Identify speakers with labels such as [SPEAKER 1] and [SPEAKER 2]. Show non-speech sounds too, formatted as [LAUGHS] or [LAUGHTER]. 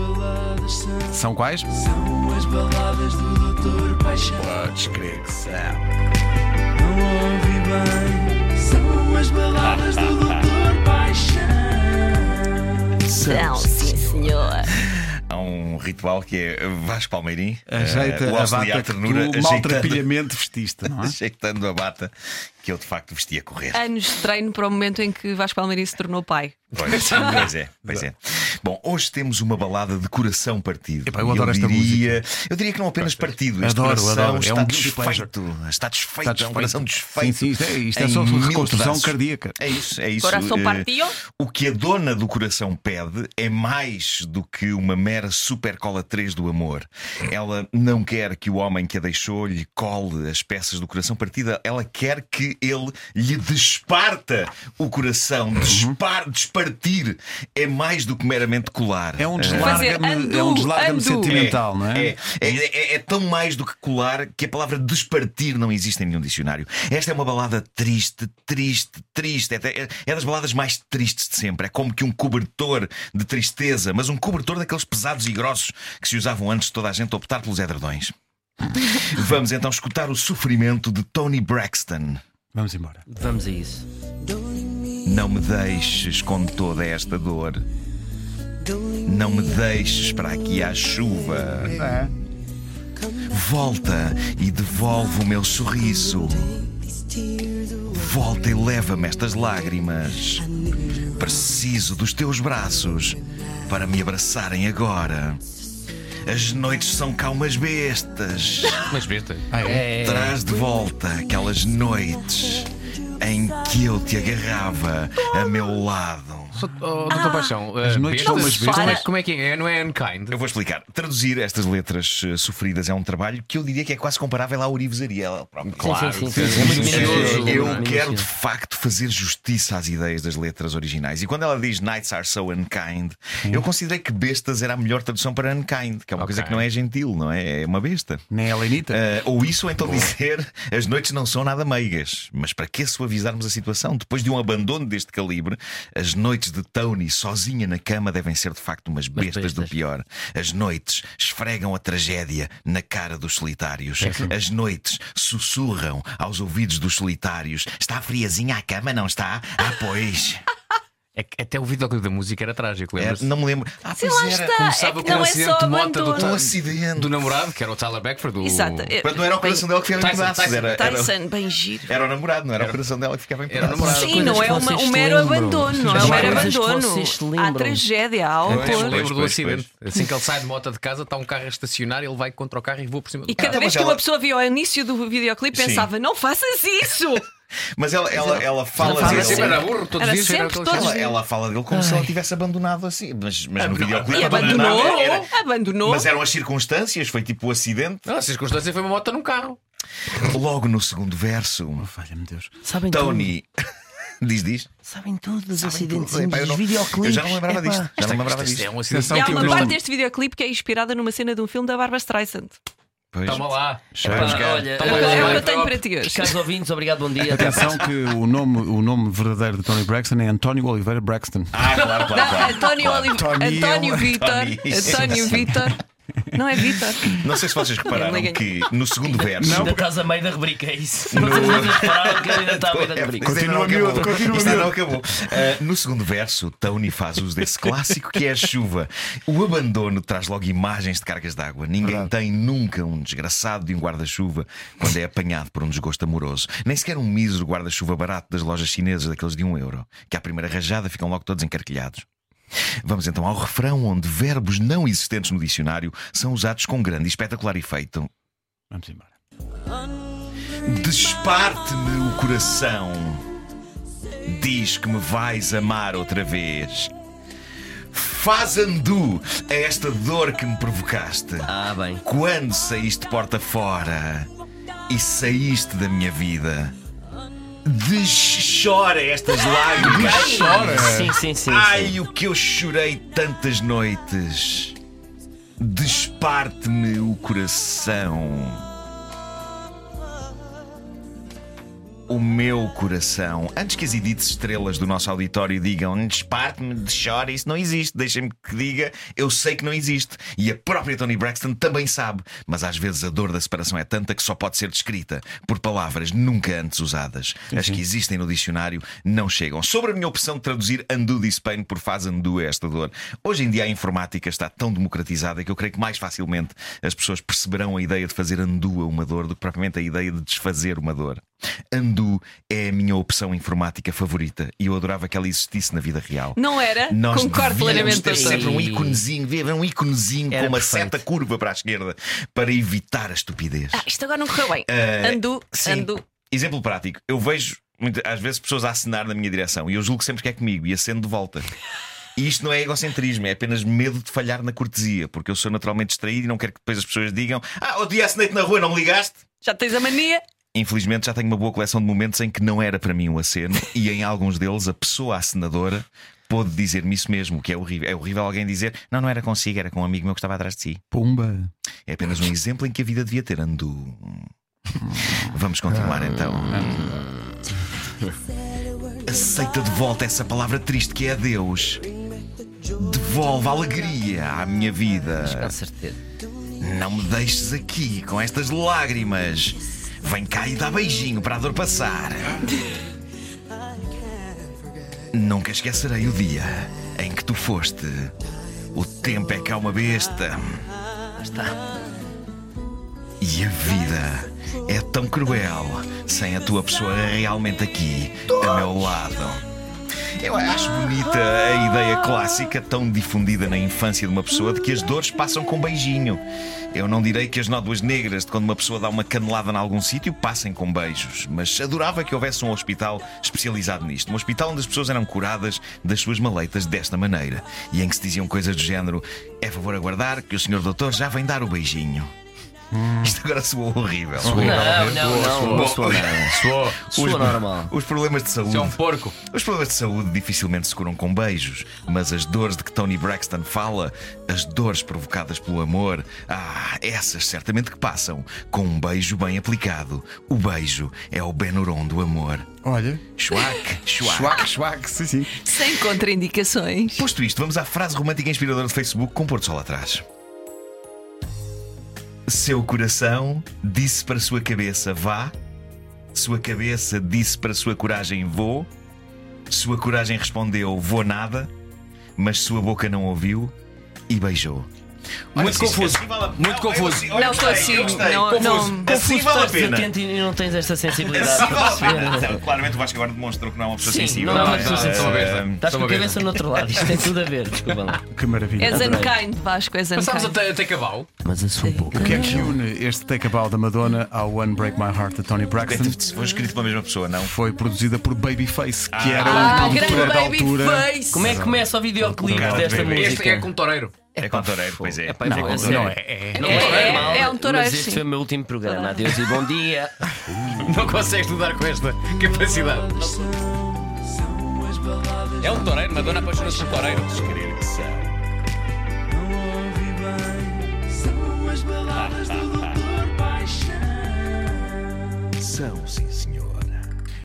[SPEAKER 1] baladas são.
[SPEAKER 2] São quais?
[SPEAKER 1] São as baladas do Doutor Paixão.
[SPEAKER 2] Podes crer que são.
[SPEAKER 1] Não ouvi bem. São as baladas do Doutor Paixão.
[SPEAKER 3] São, sim, senhor.
[SPEAKER 4] Há um ritual que é Vasco Palmeirim
[SPEAKER 2] Ajeita
[SPEAKER 4] eh, o
[SPEAKER 2] a
[SPEAKER 4] auxiliar
[SPEAKER 2] bata que
[SPEAKER 4] ternura
[SPEAKER 2] tu
[SPEAKER 4] ajeitando,
[SPEAKER 2] maltrapilhamente vestiste, não é?
[SPEAKER 4] [LAUGHS] ajeitando a bata que eu de facto vestia a correr.
[SPEAKER 3] Anos de treino para o momento em que Vasco Palmeirim se tornou pai.
[SPEAKER 4] Pois, pois é, pois é. Bom, hoje temos uma balada de coração partido.
[SPEAKER 2] Epá, eu adoro esta
[SPEAKER 4] diria, música. Eu diria que não apenas partido, este
[SPEAKER 2] Adoro,
[SPEAKER 4] coração
[SPEAKER 2] adoro. É
[SPEAKER 4] está
[SPEAKER 2] um
[SPEAKER 4] desfeito. Está desfeito,
[SPEAKER 2] Está
[SPEAKER 4] é um coração
[SPEAKER 2] desfeito.
[SPEAKER 4] desfeito.
[SPEAKER 2] Sim, sim, isto é- isto é
[SPEAKER 4] em
[SPEAKER 2] só
[SPEAKER 4] mil
[SPEAKER 2] reconstrução
[SPEAKER 4] pedaços.
[SPEAKER 2] cardíaca.
[SPEAKER 4] É isso, é isso.
[SPEAKER 3] Coração
[SPEAKER 4] Eh,
[SPEAKER 3] partido.
[SPEAKER 4] O que a dona do coração pede é mais do que uma mera super cola 3 do amor. Ela não quer que o homem que a deixou lhe cole as peças do coração partida, ela quer que ele lhe desparta o coração, Despar, despartir. É mais do que meramente colar.
[SPEAKER 2] É um
[SPEAKER 3] Fazer
[SPEAKER 2] deslarga-me
[SPEAKER 3] andu,
[SPEAKER 2] é um deslarga
[SPEAKER 3] andu.
[SPEAKER 2] sentimental, não é?
[SPEAKER 4] É, é- é- é tão mais do que colar que a palavra despartir não existe em nenhum dicionário. Esta é uma balada triste, triste, triste. É, até- é das baladas mais tristes de sempre. É como que um cobertor de tristeza, mas um cobertor daqueles pesados e grossos que se usavam antes de toda a gente optar pelos edredões. Vamos então escutar o sofrimento de Tony Braxton.
[SPEAKER 2] Vamos embora.
[SPEAKER 5] Vamos a isso.
[SPEAKER 4] Não me deixes com toda esta dor. Não me deixes para aqui à chuva. Volta e devolve o meu sorriso. Volta e leva-me estas lágrimas. Preciso dos teus braços para me abraçarem agora. As noites são calmas bestas.
[SPEAKER 6] Mas besta.
[SPEAKER 2] Ah, é?
[SPEAKER 4] Traz de volta aquelas noites em que eu te agarrava a meu lado.
[SPEAKER 6] Só- Oh,
[SPEAKER 3] Ah.
[SPEAKER 6] doutor Paixão,
[SPEAKER 2] as
[SPEAKER 6] eh,
[SPEAKER 2] noites
[SPEAKER 6] bestas,
[SPEAKER 2] são umas bestas.
[SPEAKER 6] Como é, como é que é? Não é unkind?
[SPEAKER 4] Eu vou explicar. Traduzir estas letras eh, sofridas é um trabalho que eu diria que é quase comparável à Orivesaria.
[SPEAKER 5] Claro, sim, sim, sim.
[SPEAKER 6] sim,
[SPEAKER 5] É muito
[SPEAKER 6] sim, sim.
[SPEAKER 5] minucioso.
[SPEAKER 4] Eu
[SPEAKER 5] Muito
[SPEAKER 4] quero de
[SPEAKER 5] minucioso.
[SPEAKER 4] facto fazer justiça às ideias das letras originais. E quando ela diz Nights are so unkind,
[SPEAKER 5] Hum.
[SPEAKER 4] eu considerei que bestas era a melhor tradução para unkind, que é uma coisa
[SPEAKER 6] Ok.
[SPEAKER 4] que não é gentil, não é? É uma besta.
[SPEAKER 2] Nem a Helenita?
[SPEAKER 4] Ah, ou isso, ou então dizer as noites não são nada meigas. Mas para que suavizarmos a situação? Depois de um abandono deste calibre, as noites de Tony sozinha na cama devem ser de facto umas bestas, do
[SPEAKER 5] bestas.
[SPEAKER 4] pior. As noites esfregam a tragédia na cara dos solitários. As noites sussurram aos ouvidos dos solitários. Está friazinha a cama, não está? Ah,
[SPEAKER 6] [LAUGHS]
[SPEAKER 4] pois.
[SPEAKER 6] É que até o videoclipe da música era trágico,
[SPEAKER 4] É,
[SPEAKER 6] lembra-se?
[SPEAKER 4] não me lembro. Ah,
[SPEAKER 3] Sim,
[SPEAKER 4] pois
[SPEAKER 3] lá
[SPEAKER 4] era.
[SPEAKER 3] está.
[SPEAKER 6] Começava
[SPEAKER 3] é que
[SPEAKER 6] com um
[SPEAKER 3] não é só
[SPEAKER 6] acidente de moto do
[SPEAKER 3] abandono.
[SPEAKER 4] Um acidente.
[SPEAKER 6] Do namorado, que era o Tyler Beckford. O...
[SPEAKER 3] Exato.
[SPEAKER 4] Portanto, não era o coração dela que ficava em
[SPEAKER 6] Tyson,
[SPEAKER 4] pedaços.
[SPEAKER 6] Tyson,
[SPEAKER 4] Era, era,
[SPEAKER 3] Tyson, bem giro.
[SPEAKER 4] era o namorado, não era, o coração dela que ficava em
[SPEAKER 6] Era o
[SPEAKER 4] pedaços.
[SPEAKER 6] namorado.
[SPEAKER 3] Sim, não é
[SPEAKER 5] coisas que
[SPEAKER 3] uma- um
[SPEAKER 5] vocês
[SPEAKER 3] mero
[SPEAKER 5] lembram.
[SPEAKER 3] abandono, não é um
[SPEAKER 5] As
[SPEAKER 3] mero
[SPEAKER 5] coisas que
[SPEAKER 3] abandono.
[SPEAKER 5] vocês se
[SPEAKER 3] Há
[SPEAKER 5] lembram.
[SPEAKER 3] tragédia, há
[SPEAKER 4] Pois,
[SPEAKER 6] Eu
[SPEAKER 3] horror.
[SPEAKER 4] pois,
[SPEAKER 6] lembro do
[SPEAKER 4] pois,
[SPEAKER 6] acidente. Assim que ele sai de moto de casa, está um carro a estacionar, ele vai contra o carro e voa por cima do
[SPEAKER 3] E cada
[SPEAKER 6] carro.
[SPEAKER 4] Então,
[SPEAKER 3] vez
[SPEAKER 4] mas
[SPEAKER 3] que uma
[SPEAKER 4] ela-
[SPEAKER 3] pessoa via o início do videoclipe
[SPEAKER 4] Sim.
[SPEAKER 3] pensava, não faças isso!
[SPEAKER 4] Mas ela, ela, ela fala
[SPEAKER 3] fala
[SPEAKER 4] dele.
[SPEAKER 3] assim.
[SPEAKER 4] Ela,
[SPEAKER 6] era burro, todos
[SPEAKER 3] Era
[SPEAKER 6] os dias era
[SPEAKER 3] sempre
[SPEAKER 6] aquele
[SPEAKER 3] todos-
[SPEAKER 4] ela- ela fala dele como se ela tivesse abandonado assim. Mas, mas no videoclipe
[SPEAKER 3] E abandonou,
[SPEAKER 4] abandonava era-
[SPEAKER 3] abandonou.
[SPEAKER 4] Mas eram as circunstâncias, foi tipo o acidente.
[SPEAKER 6] Não, a circunstância foi uma moto num carro.
[SPEAKER 4] Logo no segundo verso,
[SPEAKER 2] Falha-me Deus.
[SPEAKER 5] Sabem tudo.
[SPEAKER 4] Tony [LAUGHS] diz, diz.
[SPEAKER 5] Sabem tudo dos acidentes,
[SPEAKER 4] tudo. Epá, eu
[SPEAKER 5] dos
[SPEAKER 4] não-
[SPEAKER 5] videoclipes.
[SPEAKER 4] eu já não lembrava
[SPEAKER 5] Epá.
[SPEAKER 4] disto. Já não lembrava
[SPEAKER 6] Isto é
[SPEAKER 4] disto.
[SPEAKER 6] um acidente.
[SPEAKER 2] Atenção
[SPEAKER 3] E há
[SPEAKER 2] que
[SPEAKER 3] uma
[SPEAKER 2] eu-
[SPEAKER 3] parte deste videoclipe que é inspirada numa cena de um filme da Barbara Streisand.
[SPEAKER 4] Pois.
[SPEAKER 6] Toma lá.
[SPEAKER 4] Vai buscar.
[SPEAKER 5] olha,
[SPEAKER 6] Toma
[SPEAKER 3] É o que-
[SPEAKER 6] lá.
[SPEAKER 3] é o
[SPEAKER 6] vai,
[SPEAKER 3] que eu tenho
[SPEAKER 6] vai.
[SPEAKER 3] para ti hoje.
[SPEAKER 5] Caros ouvintes, obrigado, bom dia.
[SPEAKER 2] Atenção que o nome, o nome verdadeiro de Tony Braxton é António Oliveira Braxton.
[SPEAKER 4] Ah, claro, claro,
[SPEAKER 3] Não,
[SPEAKER 4] claro.
[SPEAKER 3] António
[SPEAKER 4] Claro.
[SPEAKER 3] Oliveira,
[SPEAKER 2] Tony-
[SPEAKER 3] António Vitor,
[SPEAKER 4] Tony.
[SPEAKER 3] António Vitor. Não é Vitor?
[SPEAKER 4] Não sei se vocês repararam
[SPEAKER 3] liguem.
[SPEAKER 4] que no segundo verso.
[SPEAKER 5] Ainda estás a meio da rubrica, é isso? Não estás a parar que ainda está a meio da rubrica.
[SPEAKER 4] Isto ainda não
[SPEAKER 2] Continua,
[SPEAKER 4] acabou.
[SPEAKER 2] miúdo, continua,
[SPEAKER 4] Isto ainda não acabou. Ah, no segundo verso, Tony faz uso desse clássico que é a chuva. O abandono traz logo imagens de cargas d'água. Ninguém tem nunca um desgraçado de um guarda-chuva quando é apanhado por um desgosto amoroso. Nem sequer um mísero guarda-chuva barato das lojas chinesas, daqueles de um euro, que à primeira rajada ficam logo todos encarquilhados. Vamos então ao refrão, onde verbos não existentes no dicionário são usados com grande e espetacular efeito.
[SPEAKER 2] Vamos embora.
[SPEAKER 4] Desparte-me o coração. Diz que me vais amar outra vez. Faz andu a esta dor que me provocaste.
[SPEAKER 5] Ah, bem.
[SPEAKER 4] Quando saíste porta fora e saíste da minha vida. Deschora estas lágrimas.
[SPEAKER 5] Sim, sim, sim. sim.
[SPEAKER 4] Ai, o que eu chorei tantas noites. Desparte-me o coração. o meu coração. Antes que as Edith estrelas do nosso auditório digam desparte-me, chora, isso não existe, deixem-me que diga, eu sei que não existe. E a própria Tony Braxton também sabe, mas às vezes a dor da separação é tanta que só pode ser descrita por palavras nunca antes usadas. As que existem no dicionário não chegam. Sobre a minha opção de traduzir undo this pain por faz undo esta dor, hoje em dia a informática está tão democratizada que eu creio que mais facilmente as pessoas perceberão a ideia de fazer undo a uma dor do que propriamente a ideia de desfazer uma dor. Undo é a minha opção informática favorita e eu adorava que ela existisse na vida
[SPEAKER 3] [LAUGHS]
[SPEAKER 4] real.
[SPEAKER 3] Não era?
[SPEAKER 4] Nós
[SPEAKER 3] Concordo
[SPEAKER 4] devíamos
[SPEAKER 3] plenamente.
[SPEAKER 4] ter
[SPEAKER 3] doutor.
[SPEAKER 4] sempre um íconezinho, devia haver um íconezinho com
[SPEAKER 5] Era
[SPEAKER 4] uma
[SPEAKER 5] perfeito.
[SPEAKER 4] seta curva para a esquerda para evitar a estupidez.
[SPEAKER 3] Ah, isto agora não correu bem.
[SPEAKER 4] Eh,
[SPEAKER 3] Andu,
[SPEAKER 4] sim.
[SPEAKER 3] andu.
[SPEAKER 4] Exemplo prático, eu vejo muitas- às vezes pessoas a acenar na minha direção e eu julgo sempre que é comigo e aceno de volta. E isto não é egocentrismo, é apenas medo de falhar na cortesia, porque eu sou naturalmente distraído e não quero que depois as pessoas digam: Ah, outro dia acenei-te na rua, não me ligaste?
[SPEAKER 3] Já tens a mania?
[SPEAKER 4] Infelizmente já tenho uma boa coleção de momentos em que não era para mim um aceno [LAUGHS] e em alguns deles a pessoa acenadora pôde dizer-me isso mesmo, que é horrível. É horrível alguém dizer: Não, não era consigo, era com um amigo meu que estava atrás de si.
[SPEAKER 2] Pumba.
[SPEAKER 4] É apenas um exemplo em que a vida devia ter ando. Vamos continuar
[SPEAKER 5] Ah.
[SPEAKER 4] então. Aceita de volta essa palavra triste que é adeus. Devolve alegria à minha vida.
[SPEAKER 5] Com certeza.
[SPEAKER 4] Não me deixes aqui com estas lágrimas. Vem cá e dá beijinho para a dor passar. Nunca esquecerei o dia em que tu foste. O tempo é cá uma besta. Está. E a vida é tão cruel sem a tua pessoa realmente aqui, a meu lado. Eu acho bonita a ideia clássica, tão difundida na infância de uma pessoa, de que as dores passam com beijinho. Eu não direi que as nódoas negras de quando uma pessoa dá uma canelada em algum sítio passem com beijos, mas adorava que houvesse um hospital especializado nisto. Um hospital onde as pessoas eram curadas das suas maleitas desta maneira e em que se diziam coisas do género: é favor aguardar que o senhor doutor já vem dar o beijinho. Isto agora soou horrível.
[SPEAKER 5] Não, não, não.
[SPEAKER 4] Bom,
[SPEAKER 6] Suou.
[SPEAKER 4] [LAUGHS] os-
[SPEAKER 5] Sua normal.
[SPEAKER 4] Os problemas de saúde.
[SPEAKER 6] Isso é um porco.
[SPEAKER 4] Os problemas de saúde dificilmente se curam com beijos, mas as dores de que Tony Braxton fala, as dores provocadas pelo amor, ah, essas certamente que passam com um beijo bem aplicado. O beijo é o Benuron do amor.
[SPEAKER 2] Olha.
[SPEAKER 4] Schwack, schwack.
[SPEAKER 2] Schwack, schwack, sim, sim.
[SPEAKER 3] Sem contraindicações.
[SPEAKER 4] Posto isto, vamos à frase romântica e inspiradora do Facebook com Porto Sol atrás. Seu coração disse para sua cabeça vá, sua cabeça disse para sua coragem vou, sua coragem respondeu vou nada, mas sua boca não ouviu e beijou.
[SPEAKER 6] Muito
[SPEAKER 4] é
[SPEAKER 6] confuso. Muito confuso.
[SPEAKER 3] Não
[SPEAKER 5] assim,
[SPEAKER 3] consigo, não- não-
[SPEAKER 4] Assim vale a pena.
[SPEAKER 5] Atento e não tens esta sensibilidade.
[SPEAKER 4] Assim
[SPEAKER 5] para
[SPEAKER 4] vale a
[SPEAKER 5] perceber.
[SPEAKER 4] pena. Então, Claramente o Vasco agora demonstrou que não é uma pessoa
[SPEAKER 5] Sim,
[SPEAKER 4] sensível.
[SPEAKER 5] não é uma
[SPEAKER 4] é?
[SPEAKER 5] pessoa sensível.
[SPEAKER 4] Ah,
[SPEAKER 5] Estás com a
[SPEAKER 6] Estou a ver.
[SPEAKER 5] cabeça no outro lado, isto tem tudo a ver, desculpa lá.
[SPEAKER 2] Que maravilha.
[SPEAKER 3] És
[SPEAKER 5] Adorei.
[SPEAKER 3] unkind, Vasco, és
[SPEAKER 6] Passámos
[SPEAKER 3] unkind.
[SPEAKER 6] até, até Cavalo.
[SPEAKER 5] Mas a sua boca.
[SPEAKER 2] O que é que une este take about da Madonna ao One Break My Heart de Tony Braxton?
[SPEAKER 4] Foi escrito pela mesma pessoa, não?
[SPEAKER 2] Foi produzida por Babyface, que era
[SPEAKER 3] Ah,
[SPEAKER 2] um produtor
[SPEAKER 3] grande
[SPEAKER 2] da
[SPEAKER 3] baby
[SPEAKER 2] altura.
[SPEAKER 3] face.
[SPEAKER 5] Como é que começa o videoclipe
[SPEAKER 4] Cara de
[SPEAKER 5] desta
[SPEAKER 4] bebê.
[SPEAKER 5] música?
[SPEAKER 6] Este é com Toreiro.
[SPEAKER 4] É contoreiro, pois é.
[SPEAKER 5] Pá, vou-
[SPEAKER 2] Não,
[SPEAKER 5] a sério.
[SPEAKER 2] não é.
[SPEAKER 5] Não
[SPEAKER 3] É,
[SPEAKER 5] vou falar
[SPEAKER 3] é,
[SPEAKER 5] mal,
[SPEAKER 3] é um toureiro,
[SPEAKER 5] Mas este
[SPEAKER 3] sim.
[SPEAKER 5] foi o meu último programa. Adeus e bom dia.
[SPEAKER 6] Não consegues lidar com esta capacidade. É um Toreiro, Madonna apaixona-se por Toreiro.
[SPEAKER 4] Querer que seja.
[SPEAKER 1] Não ouvi bem, são as baladas do doutor Paixão.
[SPEAKER 4] São, sim, senhor.